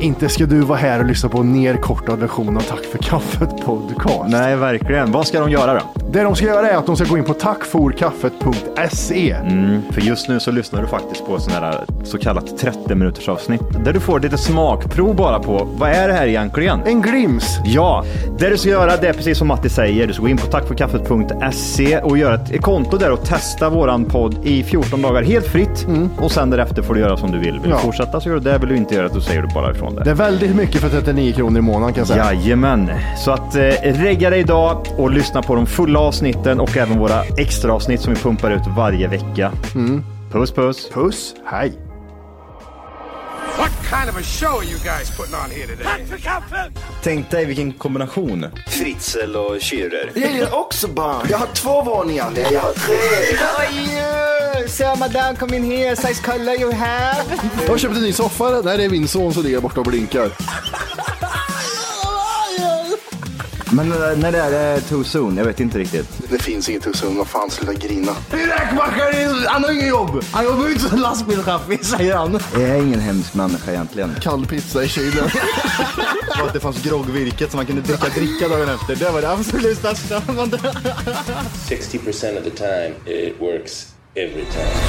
inte ska du vara här och lyssna på en nerkortad version av Tack för kaffet podcast. Nej, verkligen. Vad ska de göra då? Det de ska göra är att de ska gå in på tackforkaffet.se. Mm. Mm, För just nu så lyssnar du faktiskt på sån här så kallat 30 minuters avsnitt där du får lite smakprov bara på vad är det här egentligen? En glims. Ja, det du ska göra det är precis som Matti säger. Du ska gå in på tackforkaffet.se E och göra ett konto där och testa våran podd i 14 dagar helt fritt. Och sen därefter får du göra som du vill. Vill Ja. du fortsätta så gör du det. Vill du inte göra det så säger du bara ifrån det. Det är väldigt mycket för 39 kronor i månaden kan jag säga. Jajamän, så att eh, regga dig idag och lyssna på de fulla avsnitten och även våra extra avsnitt som vi pumpar ut varje vecka. Mm. Puss puss! Puss, hej. What kind of a show are you guys putting on here today? Tänk dig vilken kombination. Fritzl och Schürrer. Jag gillar också barn. Jag har två våningar. Nej, jag har tre. So madame, come in here, size color you have. Jag har köpt en ny soffa. Nej, det är min son som ligger borta och blinkar. Men eh, när det är eh, too soon? Jag vet inte riktigt. Det finns inget hos honom. Vad fan, sluta grina. Räkmackaren, han har inget jobb. Han jobbar ju inte som lastbilschaffis, säger han. Jag är ingen hemsk människa egentligen. Kall pizza i kylen. Och att det fanns groggvirket som man kunde dricka dricka dagen efter. Det var det absolut största. 60% of the time, it works every time.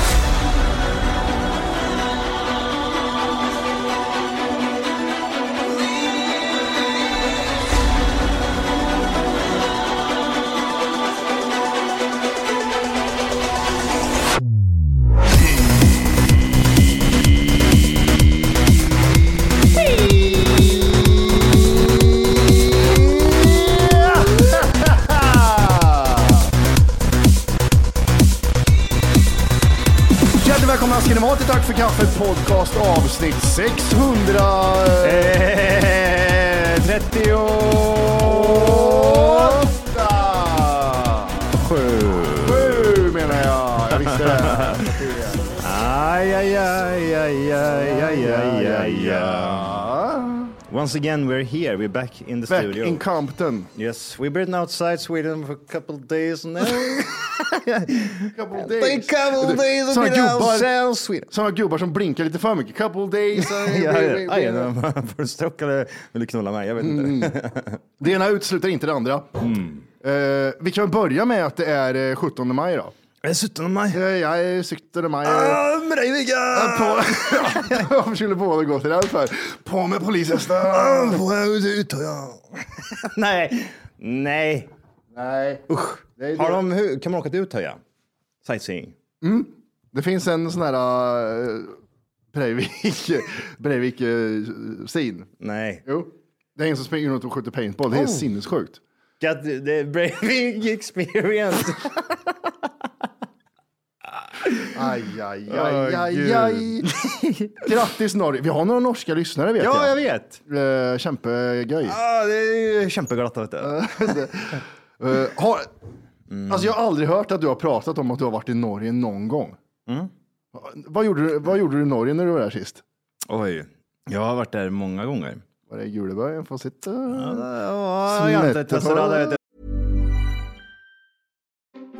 Hjärtligt välkomna ska ni vara till Tack för kaffet podcast avsnitt 600. Eh, 30 Sju menar jag. Jag visste det. Aj, aj, aj, aj, aj, aj, aj, aj, aj. Once again we're here, we're back in the Back studio. in Compton. yes, we've been outside Sweden for a couple days now. Couple days. Såna gubbar, outside Sweden. såna gubbar som blinkar lite för mycket. Couple days. Ja, ja, ja. Får du stroke eller vill du knulla mig? Jag vet inte. Det ena utesluter inte det andra. Mm. Eh, vi kan börja med att det är eh, 17 maj då. Dessutom mig. Eh, Jag är 17 maj. Ah, Med dig Vigga! På, jag fyller på och går till det här för. På med polishästen. Nej, nej. Nej. Usch. Det, är Har det. de, hur, kan man åka till Utöja? Sightseeing? det finns en sån här eh, Breivik, Breivik eh, scene. Nej. Jo. Oh. Det är en som springer runt och skjuter paintball. Det är sinnessjukt. Got the, the Breivik experience. Aj, aj, aj, Åh, aj, Gud. aj. Grattis Norge. Vi har några norska lyssnare vet ja, jag jag. vet. jag... Kämpegöj. Ah, det är ju kämpeglatt. Vet du. Eh, har... Alltså jag har aldrig hört att du har pratat om att du har varit i Norge någon gång. Mm. Vad, gjorde du, vad gjorde du i Norge när du var där sist? Oj, jag har varit där många gånger. Var det Julebergen? Får sitta? Ja, jag har inte testat alla, vet du.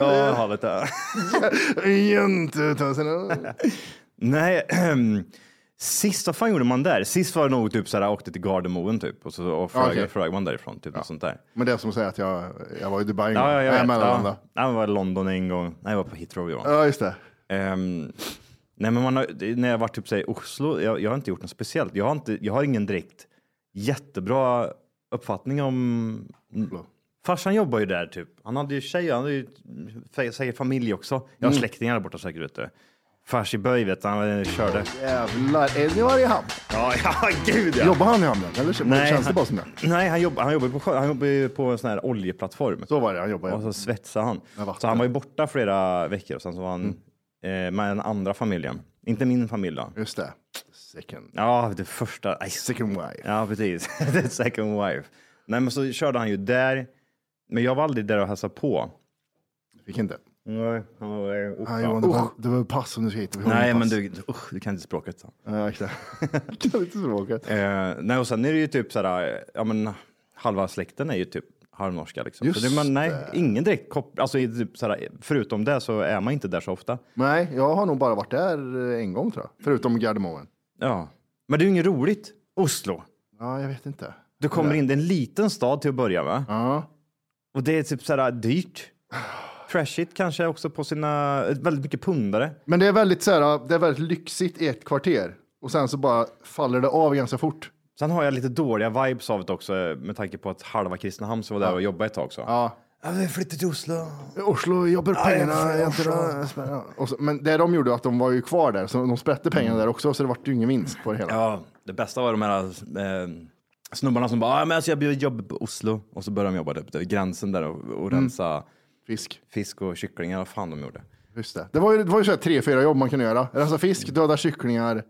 Ja, havet där. Jäntetösen. Nej, ehm, sist, vad fan gjorde man där? Sist var det nog typ såhär, åkte till Gardermoen typ och så och frög, okej. frög man därifrån, typ något sånt där. Men det är som att säga att jag, jag var i Dubai en gång. Ja, ja, jag Nej, vet. Mellanlanda. Ja, jag var i London en gång. Nej, jag var på Heathrow. Ja. Ja, just det. Ehm, Nej, men man har, det- när jag var typ så här, i Oslo, jag, jag har inte gjort något speciellt. Jag har, inte, jag har ingen direkt jättebra uppfattning om... Farsan jobbar ju där typ. Han hade ju tjej, han hade ju sä- säkert familj också. Jag har Mm. släktingar där borta säkert ute. Fars i böj vet du, han eh, körde. Jävlar, är ni i Mariehamn? Ja, ja, gud ja. Jobbar han i hamnen? Eller Nej, känns det han- bara som det? Nej, han jobbar, han jobbar på sjö, han jobbar ju på en sån här oljeplattform. Så var det, han jobbade. Och så svetsade han. Så han var ju borta flera veckor och sen så var han eh, med den andra familjen. Inte min familj då. Just det. Second. Ja, det första. Aj. Second wife. Ja, precis. The second wife. Nej, men så körde han ju där. Men jag var aldrig där och hälsade på. Fick inte? Nej, han var där. Ah, Johan, det, var, det var pass som du ska hitta. Vi har Nej, ingen men pass. du, usch, du kan inte språket. Så. Ja, exakt. Jag kan inte språket. Eh, nej, och sen är det ju typ så här, ja men halva släkten är ju typ halvnorska liksom. Just så det, men, nej, ingen direkt koppling, alltså i typ så här, förutom det så är man inte där så ofta. Nej, jag har nog bara varit där eh, en gång tror jag. Förutom Gardermoen. Ja, men det är ju inget roligt. Oslo. Ja, jag vet inte. Du kommer in, det är en liten stad till att börja med. Ja. Och det är typ så här dyrt. Trashigt kanske också på sina, äh, väldigt mycket pundare. Men det är väldigt, så här, det är väldigt lyxigt i ett kvarter och sen så bara faller det av ganska fort. Sen har jag lite dåliga vibes av det också eh, med tanke på att halva Kristinehamn som var där och jobbade ett tag så. Ja. Jag vill flytta till Oslo. Oslo jobbar Ja, pengarna. jag är från jag inte Oslo. rör- och så, men det de gjorde var att de var ju kvar där, så de sprätte pengarna där också, så det vart ju ingen vinst på det hela. Mm. Ja, det bästa var de här eh, snubbarna som bara, ah, men alltså jag blir jobb på Oslo. Och så började de jobba där på gränsen där och, och rensa fisk. fisk och kycklingar. Vad fan de gjorde. Just det. Det var ju, det var ju så här tre, fyra jobb man kunde göra. Rensa fisk, döda kycklingar.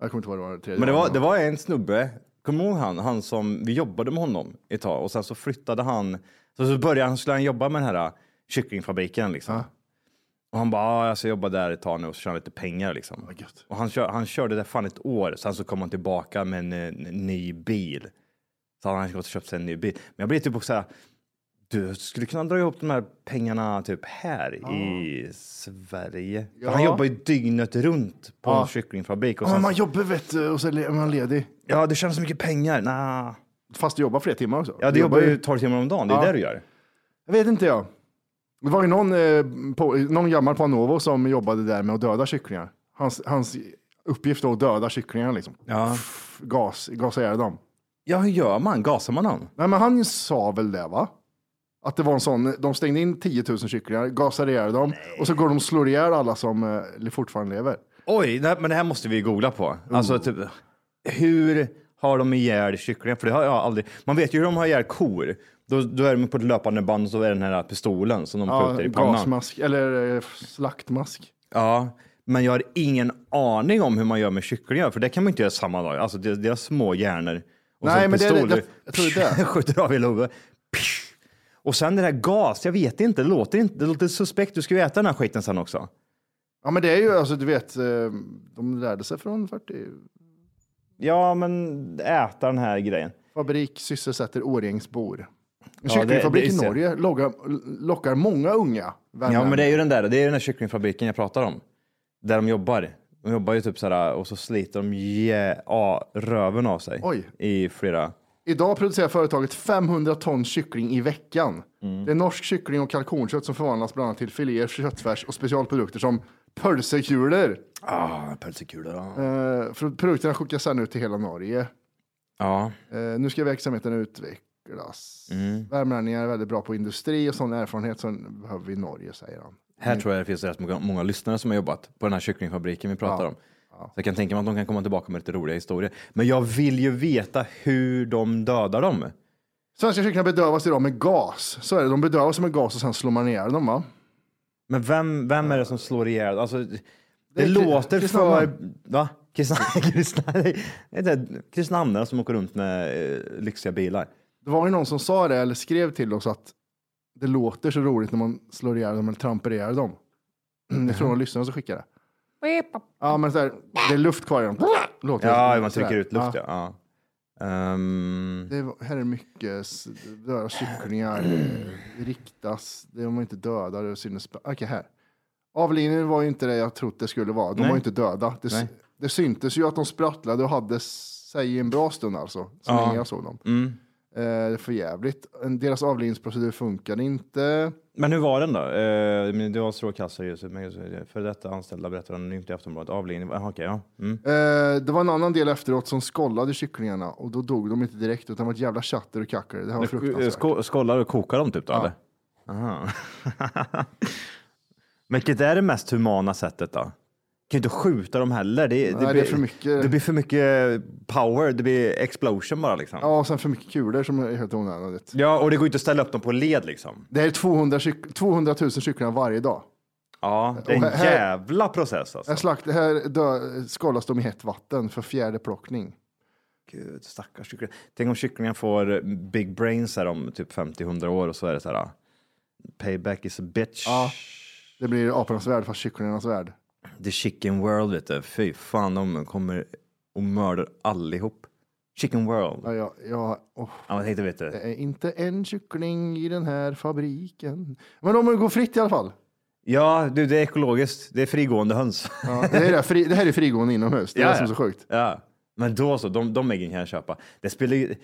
Jag kommer inte ihåg vad det var. det tredje Mm. Men det var, det var en snubbe, kommer du ihåg han? Han som, vi jobbade med honom ett tag och sen så flyttade han, så, så började han, skulle han jobba med den här äh, kycklingfabriken liksom. Och han bara, ah, jag ska jobba där ett tag nu och så tjäna lite pengar Oh liksom. och han, kör, han körde där fan ett år, sen så kom han tillbaka med en, eh, ny bil. Så han hade gått och köpt sig en ny bil. Men jag blev typ också här, du skulle kunna dra ihop de här pengarna typ här i Sverige. För Ja. Han jobbar ju dygnet runt på Ja. en kycklingfabrik. Och Ja, men sen man så- jobbar vet du, och så är man ledig. Ja, du tjänar så mycket pengar. Nah. Fast du jobbar fler timmar också. Ja, du jobbar ju 12 timmar om dagen. Det är Ja. det du gör. Jag vet inte jag. Det var ju någon, eh, på, någon gammal på Anovo som jobbade där med att döda kycklingar. Hans, hans uppgift var att döda kycklingar liksom. Ja. Pff, Gas, gasa ihjäl dem. Ja, hur gör man? Gasar man han? Nej, men han sa väl det va? Att det var en sån, de stängde in 10 000 kycklingar, gasade ihjäl dem och så går de och slår ihjäl alla som eh, fortfarande lever. Oj, det här, men det här måste vi googla på. Alltså, typ, hur har de ihjäl kycklingar? För det har jag aldrig... Man vet ju hur de har ihjäl kor. Då, då är de på ett löpande band och så är det den här pistolen som de Ja, skjuter i pannan. gasmask, eller eh, slaktmask. Ja, men jag har ingen aning om hur man gör med kycklingar, för det kan man inte göra samma dag. Alltså, det- deras små hjärnor. Och Nej, så en men det är det- pistol, det- du- jag tror det är det. skjuter av hela huvudet. Psh! Och sen det där gas, jag vet inte, det låter, inte, det låter suspekt. Du ska ju äta den här skiten sen också. Ja, men det är ju, alltså du vet, eh, de lärde sig från 40... Ja, men äta den här grejen. Fabrik sysselsätter Årjängsbor. En Ja, kycklingfabrik det- det i är- Norge lockar, lockar många unga vänner. Ja, men det är ju den där, det är den där kycklingfabriken jag pratar om. Där de jobbar. De jobbar ju typ så här och så sliter de jä- ja, röven av sig Oj. i flera... Idag producerar företaget 500 ton kyckling i veckan. Mm. Det är norsk kyckling och kalkonkött som förvandlas bland annat till filéer, köttfärs och specialprodukter som pölsekulor. Ah, pölsekulor. ja. Eh, för produkterna skickas sedan ut till hela Norge. Ja. Eh, nu ska verksamheten utvecklas. Mm. Värmlänningar är väldigt bra på industri och sån erfarenhet som behöver vi i Norge, säger han. Här tror jag det finns rätt många, många lyssnare som har jobbat på den här kycklingfabriken vi pratar Mm. Ja. om. Så jag kan tänka mig att de kan komma tillbaka med lite roliga historier. Men jag vill ju veta hur de dödar dem. Svenska kycklingar bedövas idag med gas. Så är det, de bedövas med gas och sen slår man ihjäl dem, va? Men vem, vem är det som slår ihjäl? Alltså, det, är Kri- låter för... Kristinehamn. Va? Kristna- Kristna- det är det Kristinehamnare som åker runt med eh, lyxiga bilar. Det var ju någon som sa det eller skrev till oss att det låter så roligt när man slår ihjäl dem eller trampar ihjäl dem. Jag tror de lyssnade som skickade det. Ja, men så här, det är luft kvar i dem. Låter Ja, man sådär. trycker ut luft ja. ja. Ehm, Det var- här är mycket s- döda kycklingar. eh, Riktas. Det är om man inte dödar. Det synes... Okej, här. Avlivningen var ju inte det jag trott det skulle vara. De Nej. var ju inte döda. Det, s- Nej. det syntes ju att de sprattlade och hade s- sig i en bra stund alltså. Så Ja. Mm. länge jag såg dem. Eh, det är för jävligt. En- Deras avlivningsprocedur funkade inte. Men hur var den då? Eh, men det var strålkastare just men för detta anställda berättar anonymt i Aftonbladet. Avlidning. Aha, okej, ja. Mm. Eh, det var en annan del efteråt som skållade kycklingarna och då dog de inte direkt utan det var ett jävla tjatter och kackare. Det här var eh, fruktansvärt. Sko- Skållar och kokar dem typ då eller? Aha. Vilket är det mest humana sättet då? Kan ju inte skjuta dem heller. Det, Nej, det är för mycket. Det blir för mycket power. Det blir explosion bara liksom. Ja, Ja, och sen för mycket kulor som är helt onödigt. och det går ju inte att ställa upp dem på led liksom. Det är 200, kyck- 200 000 kycklingar varje dag. Ja, det är en Och här- jävla process alltså. Här, slakt, här dö, skalas de i hett vatten för fjärde plockning. Gud, stackars kycklingar. Tänk om kycklingen får big brains här om typ 50-100 år och så är det så här. ah, Payback is a bitch. Ja, det blir apornas värld fast kycklingarnas värld. The chicken world vet du. Fy fan, de kommer och mördar allihop. Chicken world. Ja, jag, jag, åh, Ja, men tänkte vet det du. är inte en kyckling i den här fabriken. Men de går fritt i alla fall. Ja, du, det är ekologiskt. Det är frigående höns. Ja, det, är det, fri, det här är frigående inomhus. Det är Ja, det som är ja. så sjukt. Ja, men då så. De, de äggen kan jag köpa. Det spelar ju...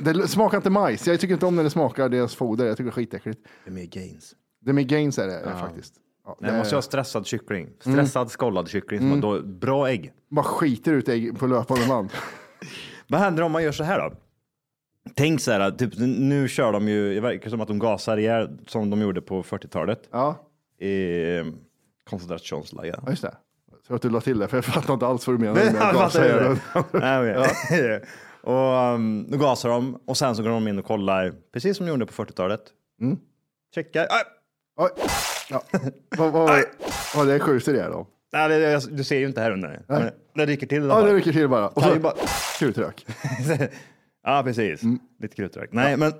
Det, det smakar inte majs. Jag tycker inte om när det smakar deras foder. Jag tycker det är skitäckligt. Det är mer gains. Det är med gains är det faktiskt. Ja, Mm. Nej, det måste jag ha stressad kyckling. Stressad skållad kyckling som har då, bra ägg. Bara skiter ut ägg på löpande band. Vad händer om man gör så här då? Tänk så här, typ, nu kör de ju, det verkar som att de gasar ihjäl som de gjorde på 40-talet Ja, i koncentrationsläger. ja, just det. Så att du la till det, för jag fattar inte alls vad du menar. Men- med Ja, fattar du det? gasöron. Nej, okej. Och um, då gasar de och sen så går de in och kollar, precis som de gjorde på 40-talet. Mm. Checkar. Ah, Oj. Ja. Vad- vad- vad det skjuter det då? nej, det, det, du ser ju inte här under. Men det rycker till. i alla Ja, det fall. rycker till bara. Och Kan så ju bara- kutrök. ja, precis. Mm. Lite krutrök. Nej, men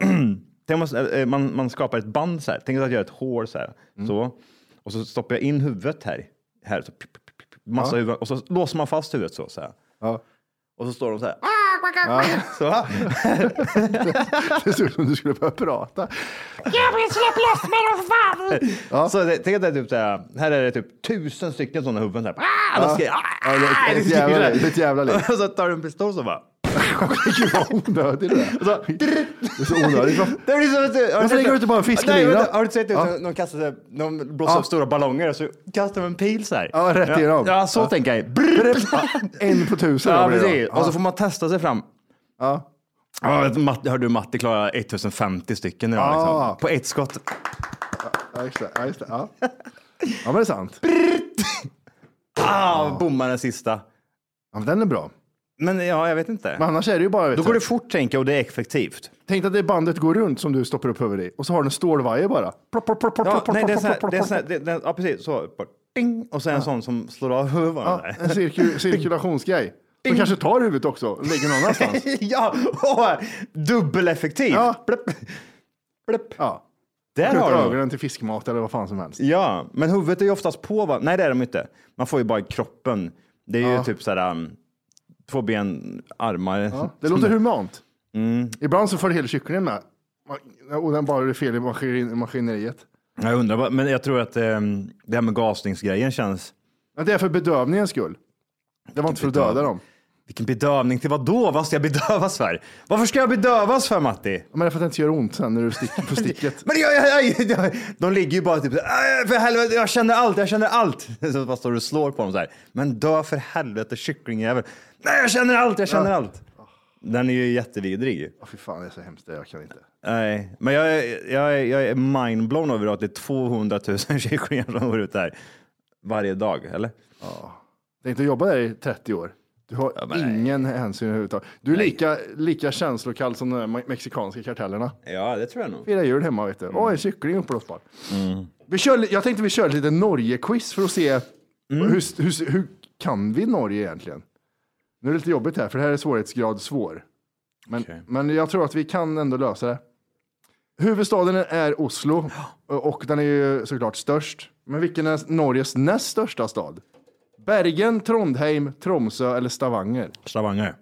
tänk om man, eh, man, man skapar ett band så här. Tänk att jag gör ett hål så här. Mm. Så. Och så stoppar jag in huvudet här. här så, pip, pip, pip, pip, massa huvud. Och så låser man fast huvudet så. så här. Ja. Och så står de så här. Så. Det ser ut som du skulle börja prata. Så det, tänk att det är typ så här. Här är det typ tusen stycken sådana huvuden. Så här. Ah, de skriker, ah, Ja, det är ett jävla liv, det är ett jävla liv. Och så tar du en pistol så bara. Gud vad onödigt det är. Och så, Det är så onödigt. Vad- Det blir som ett... Varför lägger du inte bara en fisk i Nej, linan? vänta, Har du inte sett det? Ja. De, kastar, så här- de blåser upp stora ballonger och så kastar de en pil så här. Ja, rätt igenom. Ja, så Ja. tänker jag. Brr. En på tusen. Ja, då blir det då. precis. Och så får man testa sig fram. Ja. Ja, Matt, hörde du Matti klara 1050 stycken idag, Ja. liksom. på ett skott. Ja, just det. Ja, just det. Ja. ja, men det är sant. Ah, Bommar den sista. Ja, men den är bra. Men ja, jag vet inte. Men annars är det ju bara... Då Vet går du, det fort tänker jag och det är effektivt. tänk dig att det bandet går runt som du stoppar upp huvudet i och så har den en stålvajer bara. Plopp, plopp, plopp, Ja, plopp, plopp, nej, det är plopp, så här, plopp, det är plopp, så här, det, det, ja precis så. Bara Ding, och så en sån som slår av huvudet. Ja, där. en cirkul cirkulationsgrej. De kanske tar huvudet också och lägger någon annanstans. ja, åh, dubbeleffektiv. Ja. Plupp. Plupp. Ja. Där Skjuter har du. ögonen till fiskmat eller vad fan som helst. Ja, men huvudet är ju oftast på va? Nej, det är de inte. Man får ju bara kroppen. Det är ju typ så här um, två ben, armar. Ja, Mm. det låter humant. Ibland så får hela kycklingen med. Man- Och den bara är fel i maskin- maskineriet. Jag undrar, bara, men jag tror att um, det här med gasningsgrejen känns... Men det är för bedövningens skull. Det var inte för att döda dem. Vilken bedövning till vad då? Vad ska jag bedövas för? Varför ska jag bedövas för Matti? Men det är för att det inte gör ont sen när du sticker på sticket. Men jag, jag, jag, jag, de ligger ju bara typ så här, "Aj, för helvete, jag känner allt, jag känner allt. Så bara står du och slår på dem så här. Men dö för helvete kycklingjävel. Nej, jag känner allt, jag känner allt. Den är ju jättevidrig. Åh, fy fan, det är så hemskt. det Jag kan inte. Nej, men jag, är- jag, är- jag är mindblown över att det är 200 000 kycklingar som går ut där varje dag, eller? Tänk dig att jobba där i 30 år. Du har men nej. ingen hänsyn överhuvudtaget. Du är lika, lika känslokall som de där me- mexikanska kartellerna. Ja, det tror jag nog. Fira jul hemma, vet du. Åh, en kyckling uppblåsbar. Vi kör, li- jag tänkte vi kör lite Norge-quiz för att se hur, hur, hur kan vi Norge egentligen? Nu är det lite jobbigt här, för det här är svårighetsgrad svår. Men, Okej. men jag tror att vi kan ändå lösa det. Huvudstaden är Oslo och den är ju såklart störst. Men vilken är Norges näst största stad? Bergen, Trondheim, Tromsö eller Stavanger? Stavanger.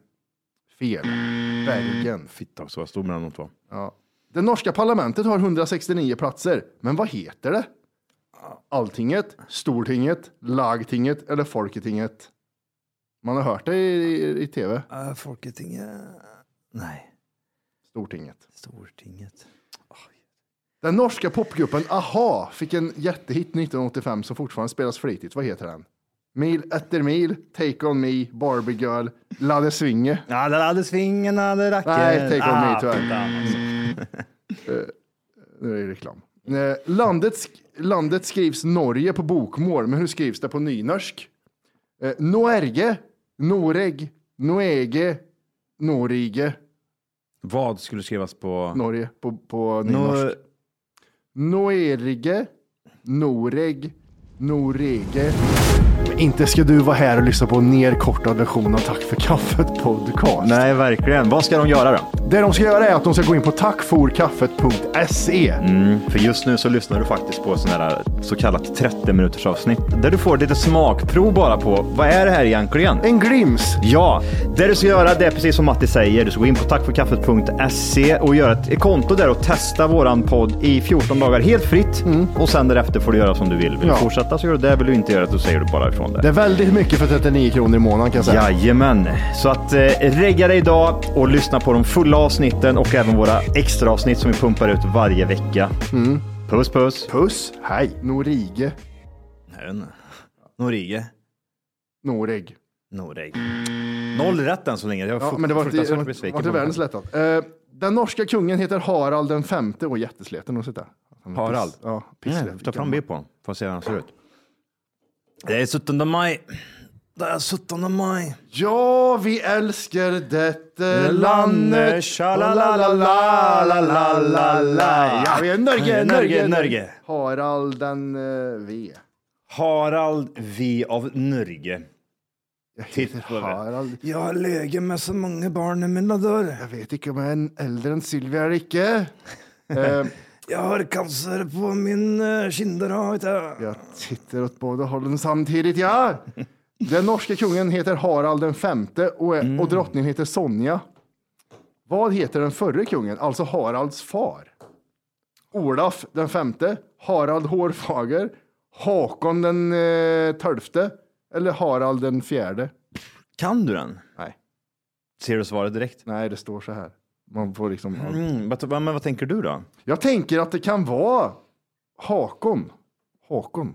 Fel. Bergen. Fitta också, vad stor mellan de två. Ja. Det norska parlamentet har 169 platser, men vad heter det? Alltinget, Stortinget, Lagtinget eller Folketinget? Man har hört det i, i, i tv. Uh, Folketinget... Nej. Stortinget. Stortinget. Den norska popgruppen Aha fick en jättehit 1985 som fortfarande spelas flitigt. Vad heter den? Mil efter mil, Take On Me, Barbie Girl, Ladde Svinge. Ja, där hade svingen, hade racken. Nej, Take On Me Ah, tyvärr. fan, alltså. Eh, Nu är det reklam. Eh, Landet, sk- landet skrivs Norge på bokmål, men hur skrivs det på nynorsk? Eh, Norge, Noreg, Noege, Norige, Vad skulle skrivas på... Norge på, på Nor- nynorsk. Noerige, Noreg, Norege. Inte ska du vara här och lyssna på en nerkortad version av Tack för kaffet podcast. Nej, verkligen. Vad ska de göra då? Det de ska göra är att de ska gå in på tackforkaffet.se. För just nu så lyssnar du faktiskt på sån här äh, så kallat 30 minuters avsnitt där du får lite smakprov bara på vad är det här egentligen? En glims. Ja, det du ska göra det är precis som Matti säger. Du ska gå in på tackforkaffet.se E och göra ett konto där och testa våran podd i 14 dagar helt fritt. Och sen därefter får du göra som du vill. Vill Ja. du fortsätta så gör du det. Vill du inte göra det så säger du bara ifrån det. Det är väldigt mycket för 39 kronor i månaden kan jag säga. Jajamän, så att eh, regga dig idag och lyssna på de fulla avsnitten och även våra extra avsnitt som vi pumpar ut varje vecka. Mm. Puss puss. Puss, hej. Norige, Norige. Noreg. Noreg. Noll rätt än så länge. Jag är Ja, men det var inte, fruktansvärt det var besviken. inte världens lättat. Eh, den norska kungen heter Harald den femte och jättesleten att sitta. Harald? Ja, Nej, pisslet. ta fram bild på honom. Får se hur han ser ut. Det är 17 maj. Det är 17 maj. Ja, vi älskar detta landet. Tjalalalalalalalala. Ja, vi är Norge, Norge, Norge. Harald den eh, V. Harald V av Norge. Jag heter Titta på det. Harald. Jag har legat med så många barn i mina dörrar. Jag vet inte om jag är en- äldre än Sylvia eller icke. Eh, Jag har cancer på min eh, kinder. vet jag. Jag sitter åt båda hållen samtidigt, ja. Den norske kungen heter Harald den femte och, och drottningen heter Sonja. Vad heter den förre kungen, alltså Haralds far? Olaf den femte, Harald Hårfager, Hakon den eh, tolfte eller Harald den fjärde? Kan du den? Nej. Ser du svaret direkt? Nej, det står så här. Man får liksom... Mm, vad- men vad tänker du då? Jag tänker att det kan vara Hakon. Hakon.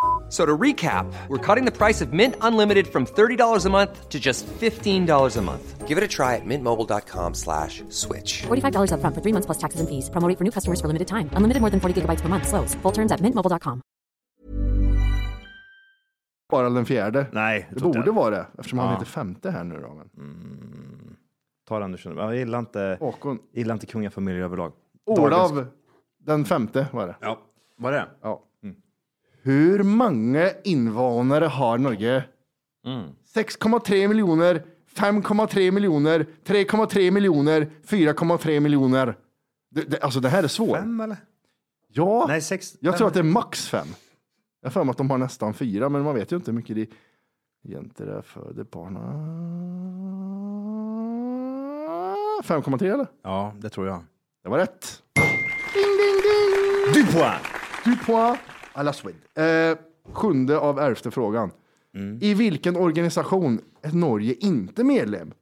f- So to recap, we're cutting the price of Mint Unlimited from $30 a month to just $15 a month. Give it a try at mintmobile.com slash switch. $45 upfront for three months plus taxes and fees. Promoting for new customers for limited time. Unlimited more than 40 gigabytes per month. Slows. Full terms at mintmobile.com. Harald den fjärde. Nej, jag Det tror inte borde vara det, eftersom han Ja. Mm. heter femte här nu då. Men. Ta den du känner. Jag gillar inte, Håkon. gillar inte kungafamiljer överlag. Dagens- Olav den femte var det. Ja, var det? Ja. Mm. Hur många invånare har Norge? Mm. 6,3 miljoner, 5,3 miljoner, 3,3 miljoner, 4,3 miljoner. Det, det, alltså det här är svårt. Fem eller? Ja, Nej, sex. jag fem. tror att det är max fem. Jag har för mig att de har nästan fyra, men man vet ju inte hur mycket de egentligen är föder barn. 5,3 eller? Ja, det tror jag. Det var rätt. Ding, ding, ding! Du poäng! Du poäng à la Swede. Eh, sjunde av elfte frågan. I vilken organisation är Norge inte medlem?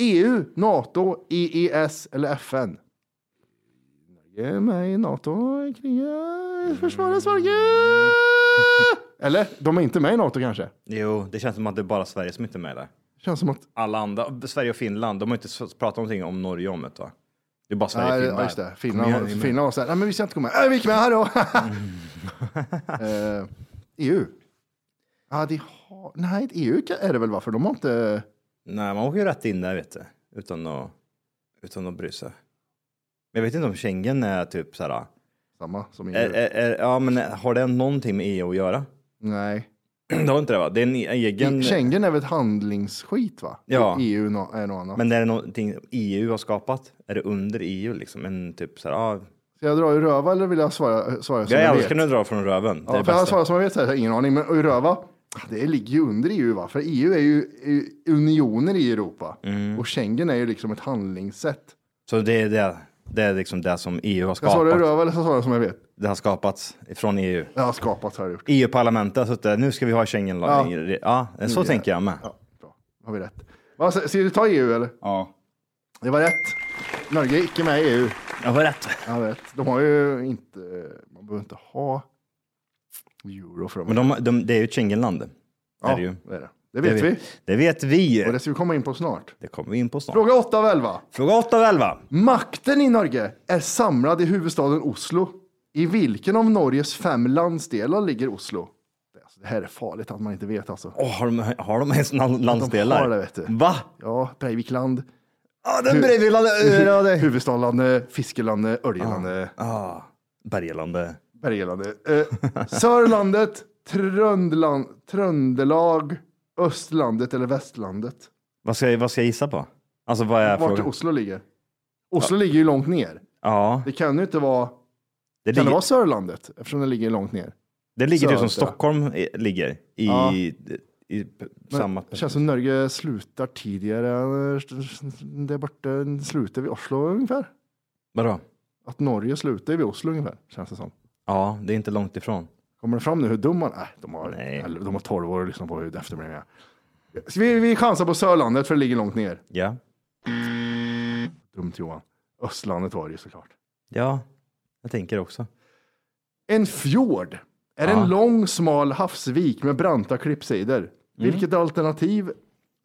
EU, NATO, EES eller FN? Norge är med i NATO, i kriget, försvarar Sverige! Eller? De är inte med i NATO kanske? Jo, det känns som att det är bara Sverige som inte är med där. Känns som att... Alla andra, Sverige och Finland, de har inte s- pratat någonting om Norge om det va? Det är bara Sverige Nej, och Finland. ja, just det. Kom Finland, igen, ni är med. Finland var så här, nej men vi ska inte gå med. Nej, vi gick med, hallå! eh, EU? Ja, de har... Nej, EU kan- är det väl varför de har inte... Nej, man åker ju rätt in där vet du. Utan att, utan att bry sig. Men jag vet inte om Schengen är typ så här. Samma som E EU. Är, är, är, ja, men eh, har det någonting med EU att göra? Nej. E- Det har inte det va? Det är en egen... Schengen är väl ett handlingsskit va? Ja. EU nå- är något annat. Men är det någonting EU har skapat? Är det under EU liksom? En typ så här, ja. Ska jag dra ur röva eller vill jag svara, svara som Jag jag, vet? älskar när du drar från röven. Ja, det är för alltså- jag bästa. svarar som jag vet så här, jag har ingen aning. Men ur röva, det ligger ju under EU va? För EU är ju är ju unioner i Europa. Mm. Och Schengen är ju liksom ett handlingssätt. Så det är, det, det är liksom det som EU har Ska jag svara ur skapat. röva eller ska jag svara som jag vet? Det har skapats E från EU. Det har skapats har jag gjort. E EU-parlamentet har suttit, eh, nu ska vi ha Schengenlag. Ja. ja, så Nu är tänker jag med. Har vi rätt? Va, ska ska du ta EU eller? Ja. Det var rätt. Norge är icke med i E EU. Jag var rätt. Jag vet. De har ju inte, man behöver inte ha euro för dem. Men de, de, det är ju ett Schengenland. Ja, ju. det är det. Det vet vi. Det vet vi. Och det ska vi komma in på snart. Det kommer vi in på snart. Fråga 8 av 11. Fråga 8 av 11. Makten i Norge är samlad i huvudstaden Oslo. I vilken av Norges fem landsdelar ligger Oslo? Det- Alltså, det här är farligt att man inte vet alltså. Åh, har, de, har de ens land- De landsdelar? har det vet du. Va? Ja, Breivikland. Ja, den Breivikland. Huvudstadlandet, Fiskelandet, Öljelandet, Ah, Bergelande. Bergelandet. Eh, Sörlandet, Tröndland, Tröndelag, Östlandet eller Västlandet. Vad ska, jag- vad ska jag gissa på? Alltså vad är Vart frågan? Oslo ligger. Oslo ligger ju långt ner. Ja, Det kan ju inte vara... det Kan det ligger, vara Sörlandet? Eftersom det ligger långt ner. det ligger typ som Söder. Stockholm i- ligger i, Ja. i, i p- Men samma... Det känns som Norge slutar tidigare. Där borta slutar vid Oslo ungefär. Vadå? Att Norge slutar vid Oslo ungefär, känns det som. Ja, det är inte långt ifrån. Kommer det fram nu hur dum man är? De har, Nej. eller, de har 12 år att lyssna på hur eftermiddagen är. Ska Vi, vi chansar på Sörlandet för det ligger långt ner. Ja. Dumt Johan. Östlandet var det ju såklart. Ja, jag tänker också. En fjord är en lång smal havsvik med branta klippsidor. Mm. Vilket alternativ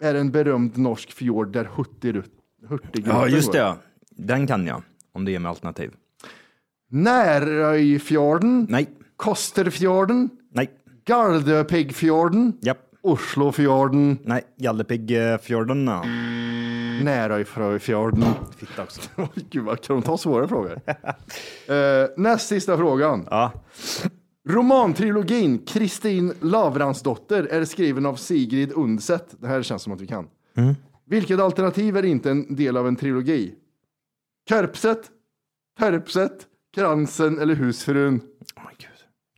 är en berömd norsk fjord där Hurtigruten Ja, just det. går? ja. Den kan jag. Om du ger mig alternativ. Nærøyfjorden, Nej, Kosterfjorden, nej, Gardøpigfjorden, japp, Oslofjorden, nej. Galdhøpigfjorden. ja. Nærøyfjorden. Fitta också. Gud, vad kan de ta svåra frågor? Eh, näst sista frågan. Ja. Romantrilogin Kristin Lavransdotter är skriven av Sigrid Undset. Det här känns som att vi kan. Mm. Vilket alternativ är inte en del av en trilogi? Körpset, Terpset, Kransen eller Husfrun? Oh my God.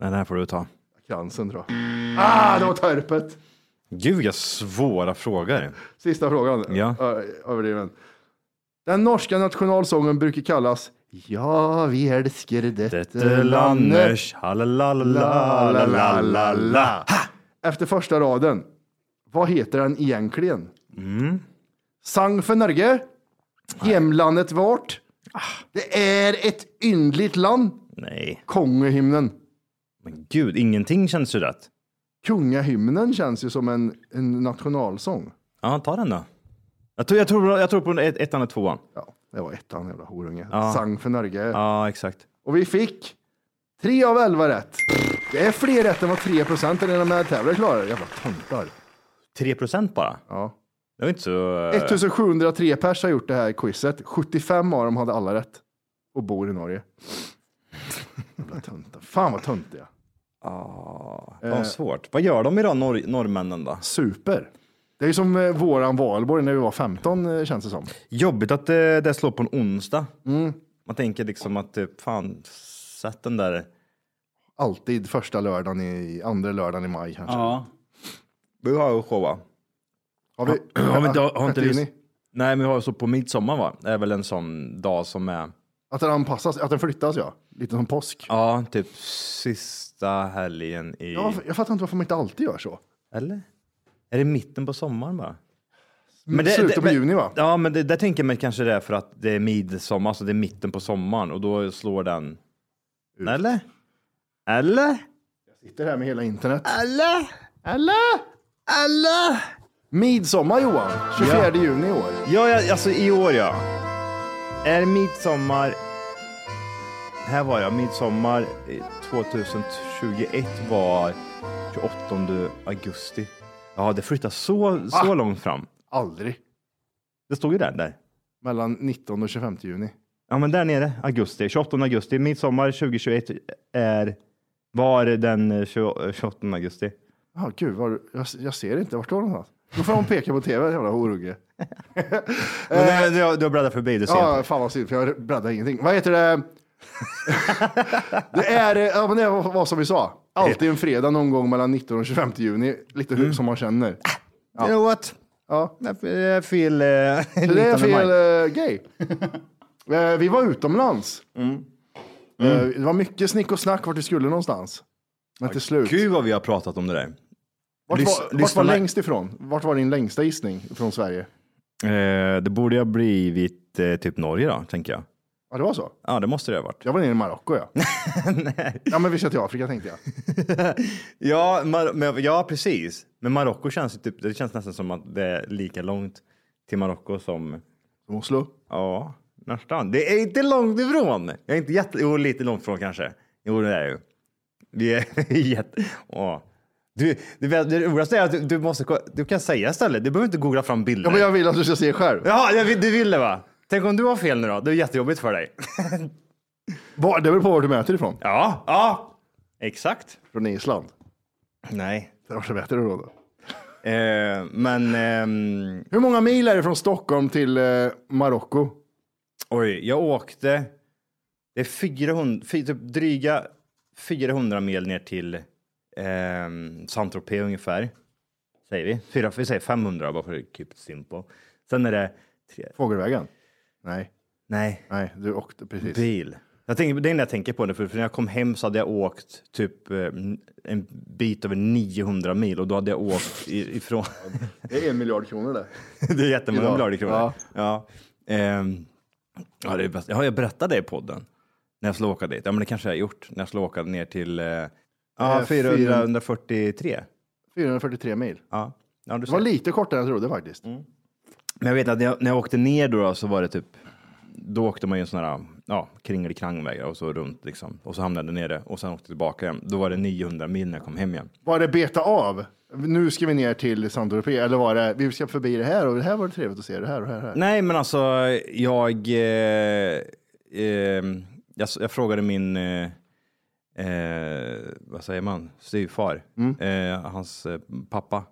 Nej, den här får du ta. Kransen tror jag. Ah, det var Törpet! Gud, vilka svåra frågor. Sista frågan. Ja. Ö- Överdriven. Den norska nationalsången brukar kallas Ja, vi älskar detta landet. Anders, halalalalalala. Efter första raden. Vad heter den egentligen? Sang för Norge. Hemlandet vart. Det är ett yndligt land. Nej, Kongahymnen. men gud, ingenting känns ju rätt. Kungahymnen känns ju som en, en nationalsång. Ja, ta den då. Jag tror, jag tror, jag tror på ett, ettan och tvåan. Ja, det var ettan jävla horunge. Ja. Sang för Norge. Ja, exakt. Och vi fick tre av elva rätt. Det är fler rätt än vad 3 procenten i de här tävlingarna klarar. Jävla tomtar. 3 procent bara. Ja. Det var inte så... eh, 1703 pers har gjort det här quizet. 75 av dem hade alla rätt och bor i Norge. Jävla töntar. Fan vad töntiga. eh, Ja, Vad svårt. Vad gör de idag, norr, norrmännen då? Super. Det är ju som eh, våran valborg när vi var 15 eh, känns det som. Jobbigt att eh, det slår på en onsdag. Man tänker liksom att typ, fan, sätt den där. Alltid första lördagen i, andra lördagen i maj kanske. Ja. Vi har ju showa. Har vi, Har vi inte, har Sjätte inte vi, juni. nej, men vi har ju så på midsommar va? Det är väl en sån dag som är, Att den anpassas, att den flyttas ja. Lite som påsk. ja, typ sista helgen i, Ja, jag fattar inte varför man inte alltid gör så. eller? Är det mitten på sommaren bara? Men det, Mm, Slutet på men- juni va? Ja, men det, där tänker man kanske det är för att det är midsommar, alltså det är mitten på sommaren och då slår den. Eller? Eller? Sitter här med hela internet. Eller? Eller? Eller? Midsommar Johan, 24 juni i år. Ja, ja, alltså i år ja. Är midsommar... Här var jag, midsommar eh, 2021 var 28 augusti. Ja, det flyttar så, så Ah! långt fram. Aldrig. Det stod ju där, där. Mellan 19 och 25 juni. Ja, men där nere, augusti. 28 augusti. Midsommar 2021 är... Var den eh, 20 28 augusti? Ja, gud, var, jag, jag ser inte. Vart var du någonstans? Då får hon peka på tv, jävla horunge. Men du, du har- du har bläddrat förbi, du ser. Eh. Ja, fan vad synd, för jag breddar ingenting. Vad heter det? det är, eh, ja men det var vad som vi sa. Alltid en fredag någon gång mellan 19 och 25 juni. Lite Mm. hur som man Äh, känner. You know what? Ja. Det är fel... Så eh, det är 19 maj. fel eh, grej. Eh, vi var utomlands. Mm. Eh, det var mycket snick och snack vart vi skulle någonstans. Men till slut. Gud vad vi har pratat om det där. Vart Lys- var, vart var lyssnarna- längst ifrån? Vart var din längsta gissning från Sverige? Eh, det borde ha blivit eh, typ Norge då, tänker jag. Ja, det var så. Ja, det måste det ha varit. Jag var nere i Marocko, ja. Ja, men vi ska till Afrika tänkte jag. Ja, Mar- men, ja precis. Men Marocko känns ju typ, det känns nästan som att det är lika långt till Marocko som... Som Oslo? Ja, nästan. Det är inte långt ifrån. Jag är inte jätte... Jo, lite långt ifrån kanske. Jo, det är jag ju. Vi är jätte... Åh. Du, du, vet, det roligaste är att du, du måste... ko- Du kan säga istället. Du behöver inte googla fram bilder. Ja, men jag vill att du ska se själv. Jaha, jag vill- du vill det va? Tänk om du har fel nu då? Det är jättejobbigt för dig. Var, det beror på var du mäter ifrån. Ja, ja. Exakt. Från Island. Nej. Det var så bättre då. då. Eh, men... ehm, Hur många mil är det från Stockholm till eh, Marocko? Oj, jag åkte... Det är 400, fy- typ dryga 400 mil ner till ehm, Saint-Tropez ungefär. Säger vi. Fyra, vi säger 500 bara för att keep it simple. Sen är det... Tre, Fågelvägen? Nej. nej, Nej, du åkte precis. bil. Jag tänker, det enda jag tänker på nu, för för när jag kom hem så hade jag åkt typ eh, en bit över 900 mil och då hade jag åkt i- ifrån... Det är en miljard kronor det. det är jättemånga Idag. miljarder kronor. Ja. Ja. Ja. Ehm, ja, det är bäst. Har jag berättat det i podden? När jag skulle åka dit? Ja, men det kanske jag har gjort. När jag skulle åka ner till eh, ja, Eh, 443. 443 mil. Ja. Ja, du Det var ser. lite kortare än jag trodde faktiskt. Men jag vet att när jag, när jag åkte ner då, då så var det typ, då åkte man ju en sån här ja, kringelikrangväg och så runt liksom. Och så hamnade jag nere och sen åkte jag tillbaka igen. Då var det 900 mil när jag kom hem igen. Var det beta av? Nu ska vi ner till Saint-Tropez, eller var det, vi ska förbi det här och det här var det trevligt att se, det här och det här. och det här. Nej, men alltså jag, eh, eh, jag, jag frågade min, eh, eh, vad säger man, styvfar, eh, hans eh, pappa.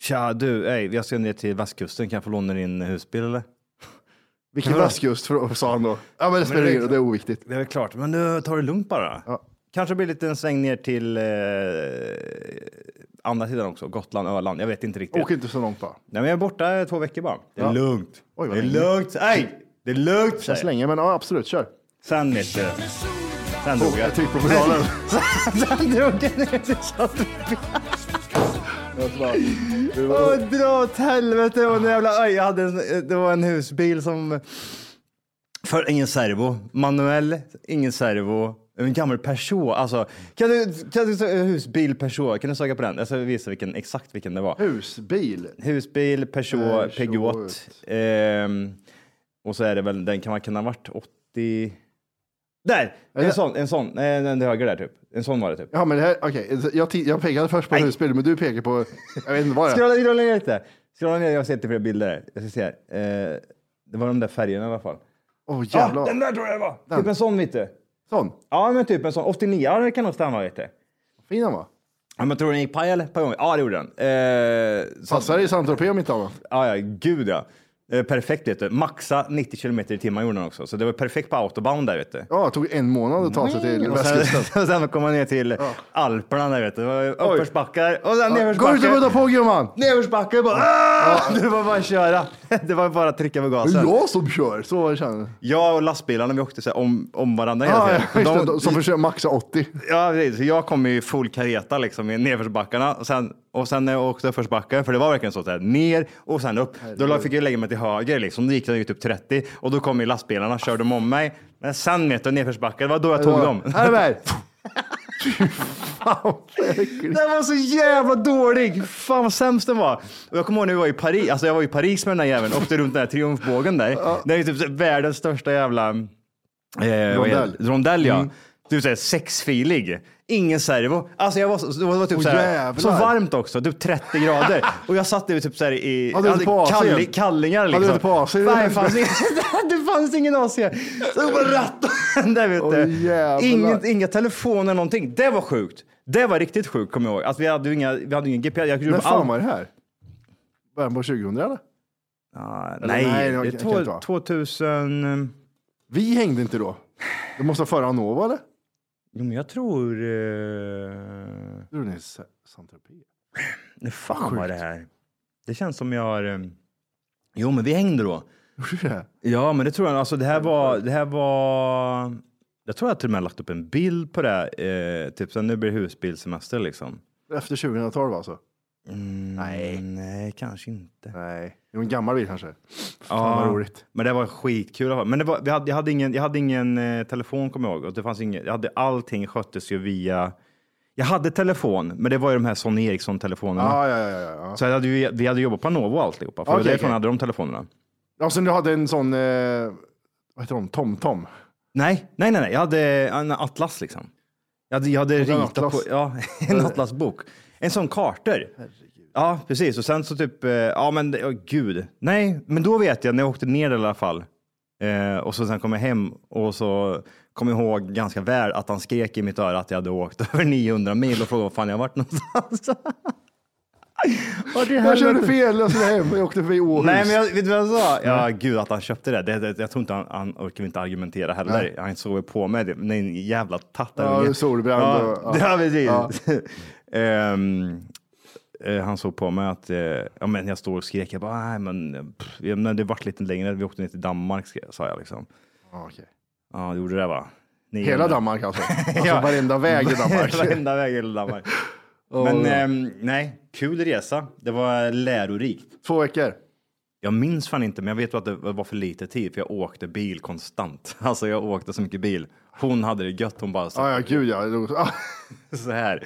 Tja du, ey, jag ska ner till västkusten, kan jag få låna din husbil eller? Vilken Vadå? vask just, för, sa han då. Ja, men det spelar ingen roll, det är oviktigt. Det är väl klart, men nu tar det lugnt bara. Ja. Kanske blir det lite en sväng ner till eh, andra sidan också, Gotland, Öland, jag vet inte riktigt. Åk inte så långt bara. Nej, men jag är borta i två veckor bara. Det är Ja. lugnt. Oj, vad det är länge. lugnt, ej! Det är lugnt Jag säger jag. slänger, men ja, absolut, kör. Sen vet du. Sen dog Oh, jag. jag tryckte på pedalen. Sen drog jag ner till Saint-Tropez. Åh, dra åt helvete. Det var en jävla... Aj, jag hade en, eh, det var en husbil som... För ingen servo. Manuell, ingen servo. En gammal Peugeot. Alltså, kan du, kan du, sö- husbil Peugeot, kan du söka på den? Jag ska visa vilken, exakt vilken det var. Husbil. Husbil, Peugeot. Peugeot, Peugeot. Ehm, och så är det väl, den kan man kunna ha varit 80... Där! En det- sån, en sån, eh, den till höger där typ. En sån var det typ. Ja, men det här, okej, jag, ti- jag pekade först på Nej. husbil, men du pekar på, jag vet inte vad det är. Scrolla scrolla ner lite. Scrolla ner, jag har sett det flera bilder. här. Jag ska se här. Eh, det var de där färgerna i alla fall. Åh, Ah, jävlar. den där tror jag det var! Typ en sån vet du. Sån. Ja, men typ en sån. 89, ja, det kan nog stämma vet du. Fin han var. Ja, men tror du den gick paj eller? På gång? Ja, det gjorde den. Eh, så, Passar i Saint-Tropez om inte annat. ja, ja, gud ja. Eh, perfekt vet du. Maxa 90 kilometer i timmen gjorde den också. Så det var perfekt på autobahn där vet du. Ja, det tog en månad att ta sig till Och sen, västkusten. och sen kom man ner till Alperna där vet du. Det var ju Uppförsbackar och sen Gå ut och nedförsbackar. putta på gumman! Nedförsbacke bara... Ah! Det var bara att köra. Det var bara att trycka på Det är gasen. jag som kör, så känner jag. Jag och lastbilarna, vi åkte så här om, om varandra hela Ah, Ja, tiden. ja, just det, De- de som försöker maxa 80. Ja, precis. Så jag kom i full kareta liksom i nedförsbackarna och sen, och sen när jag åkte uppförsbacken, för det var verkligen så där ner och sen upp. Då la- fick jag lägga mig till höger liksom. Då gick jag ju typ 30 och då kom ju lastbilarna, körde de om mig. Men sen vet du, nedförsbacken, det var då jag tog dem. Här är vi. Den var så jävla dålig! Fan vad sämst den var. Och jag kommer ihåg när vi var i Paris, alltså jag var i Paris med den där jäveln, åkte runt den där triumfbågen där. Det är ju typ så- världens största jävla eh, vad heter- Rondell. Mm. rondell ja. Du säger Typ sexfilig. Ingen servo. Alltså jag var, så- det var typ Åh, så, här, jävlar. så varmt också, typ 30 grader. Och jag satt där typ så här i Hade du inte på AC? kalli, kallingar Hade du liksom. inte på AC? Nej, fanns ingen, det fanns ingen AC. Så jag bara rattade där ute. Inget, inga telefoner, någonting. Det var sjukt. Det var riktigt sjukt, kommer jag ihåg. Alltså, vi hade ju inga, vi hade ju ingen GPS. Jag När fan var det här? Början på 2000 eller? Eller nej, det det kan två- eh, inte vara. 2000... Vi hängde inte då. Det måste vara före Anova eller? Jo, men jag tror... Eh... Tror ni Sa- Santa Pia? När fan Sjukt. var det här? Det känns som jag har... eh, Jo, men vi hängde då. Gjorde du det? Ja, men det tror jag. Alltså det här var... Det här var... Jag tror jag till och med har lagt upp en bild på det. här, Eh, typ så här, nu blir det husbilsemester liksom. Efter 2012 alltså? nej. Nej, kanske inte. Nej. Det var en gammal bil kanske. Ja, Fan vad roligt. Men det var skitkul. i alla fall. Men det var, vi hade, jag hade ingen, jag hade ingen eh, telefon kommer jag ihåg. Och det fanns ingen, jag hade, allting sköttes ju via... Jag hade telefon, men det var ju de här Sony Ericsson-telefonerna. Ja, ja, ja, ja, ja. Så jag hade, ju- vi hade jobbat på Novo alltihopa, för Okej, okay, därifrån okej. hade de telefonerna. ja. Sen du hade en sån, eh, vad heter de, TomTom? Nej, nej, nej, nej. jag hade en atlas liksom. Jag hade, jag hade Och en ritat atlas. på, ja, en atlasbok. En sån kartor. Ja, precis. Och sen så typ, eh, ja men det- åh, gud. Nej, men då vet jag när jag åkte ner i alla fall. Eh, och så sen kom jag hem och så kom jag ihåg ganska väl att han skrek i mitt öra att jag hade åkt över 900 mil och frågade var fan jag varit någonstans. Vart i Jag körde helvete? fel, jag skulle hem. Jag åkte förbi Åhus. Nej, men jag, vet du vad jag sa? Ja, gud att han köpte det. det, det jag tror inte han, han orkar inte argumentera heller. Nej. Han såg ju på mig. Det Nej, en jävla Ja, tattarunge. du är solbränd. Ja, och- det ja. har vi det. Ja. Ehm, eh, han såg på mig att eh, ja, men jag stod och skrek. Jag bara, nej, men, pff, ja, men det vart lite längre. Vi åkte ner till Danmark, skre- sa jag liksom. Ja, okej. Ja, det gjorde det va? Ni- Hela Danmark alltså? Alltså varenda väg i Danmark? varenda väg i hela Danmark. Men ehm, nej, kul resa. Det var lärorikt. Två veckor? Jag minns fan inte, men jag vet att det var för lite tid, för jag åkte bil konstant. Alltså jag åkte så mycket bil. Hon hade det gött, hon bara Ja, så, ja, gud ja. Det var- Ah, så här.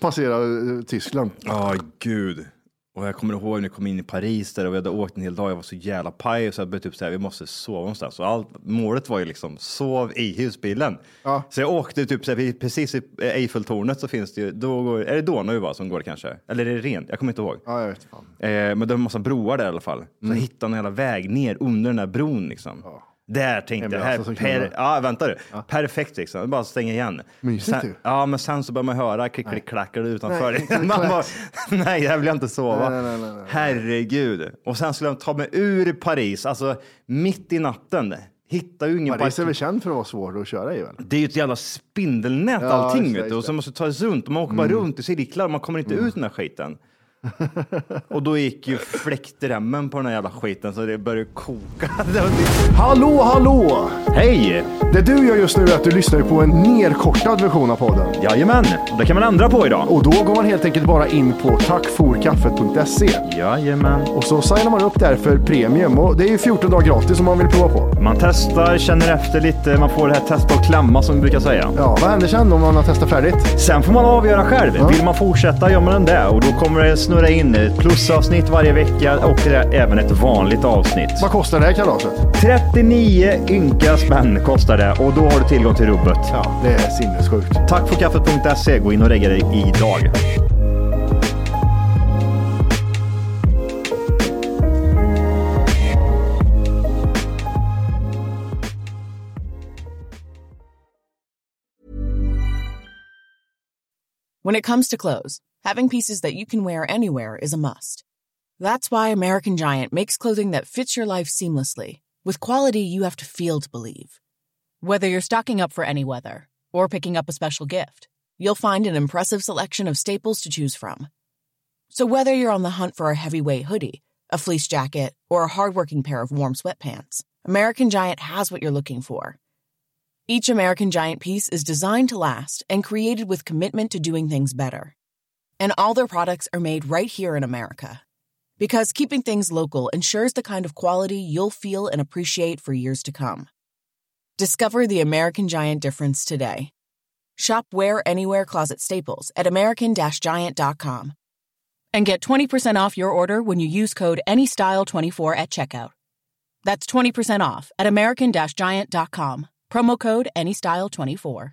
Passerade eh, Tyskland. Ja, gud. Och jag kommer ihåg när jag kom in i Paris där och vi hade åkt en hel dag. Jag var så jävla paj och så jag började typ så här, vi måste sova någonstans. Så allt, målet var ju liksom, sov i husbilen. Ja. Så jag åkte typ så här, precis i Eiffeltornet så finns det ju, då går, är det Donau va som går kanske? Eller är det rent? Jag kommer inte ihåg. Ja, jag vet fan. Eh, men det var en massa broar där i alla fall. Så Mm. jag hittade en jävla väg ner under den där bron liksom. Där tänkte Hemlösa jag, här, alltså, som per, knulla. ja, vänta du. perfekt liksom, Det är bara att stänga igen. Mysigt sen, ju. Ja, men sen så börjar man höra klick, klick, klackar utanför. Nej, Nej, man bara, nej, jag vill inte sova. Nej, nej, nej, nej, nej. Herregud. Och sen skulle jag ta mig ur Paris, alltså mitt i natten. Hittar ju ingen Paris är parkering. väl känd för att vara svår att köra i väl? Det är ju ett jävla spindelnät Ja, allting just det, vet du. just Och så måste det Mm. tas runt. Man åker bara runt i cirklar och man kommer inte ut ur den här skiten. och då gick ju fläktremmen på den här jävla skiten så det började koka. Det var typ- Hallå, hallå! Hej! Det du gör just nu är att du lyssnar på en nedkortad version av podden. Jajamän, det kan man ändra på idag. Och då går man helt enkelt bara in på tackforkaffet.se. Oh, Jajamän. Och så signar man upp där för premium. Och det är ju 14 dagar gratis om man vill prova på. Man testar, känner efter lite, man får det här testa och klämma som vi brukar säga. Ja, vad händer sen om man har testat färdigt? Sen får man avgöra själv. Vill man fortsätta gör man den där och då kommer det snurra in ett plusavsnitt varje vecka och det är även ett vanligt avsnitt. Vad kostar det här kalaset? 39 ynka spänn kostar det och då har du tillgång till rubbet. Ja, det är sinnessjukt. Tack för kaffet.se. E. Gå in och regga dig idag. When it comes to clothes, having pieces that you can wear anywhere is a must. That's why American Giant makes clothing that fits your life seamlessly, with quality you have to feel to believe. Whether you're stocking up for any weather or picking up a special gift, you'll find an impressive selection of staples to choose from. So, whether you're on the hunt for a heavyweight hoodie, a fleece jacket, or a hardworking pair of warm sweatpants, American Giant has what you're looking for. Each American Giant piece is designed to last and created with commitment to doing things better. And all their products are made right here in America. Because keeping things local ensures the kind of quality you'll feel and appreciate for years to come. Discover the American Giant difference today. Shop Wear Anywhere Closet Staples at American Giant.com and get 20% off your order when you use code ANYSTYLE24 at checkout. That's 20% off at American Giant.com. Promo code ANYSTYLE24.